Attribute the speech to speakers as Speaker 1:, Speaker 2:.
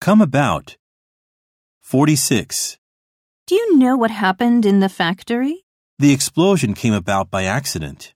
Speaker 1: Come about. 46.
Speaker 2: Do you know what happened in the factory?
Speaker 1: The explosion came about by accident.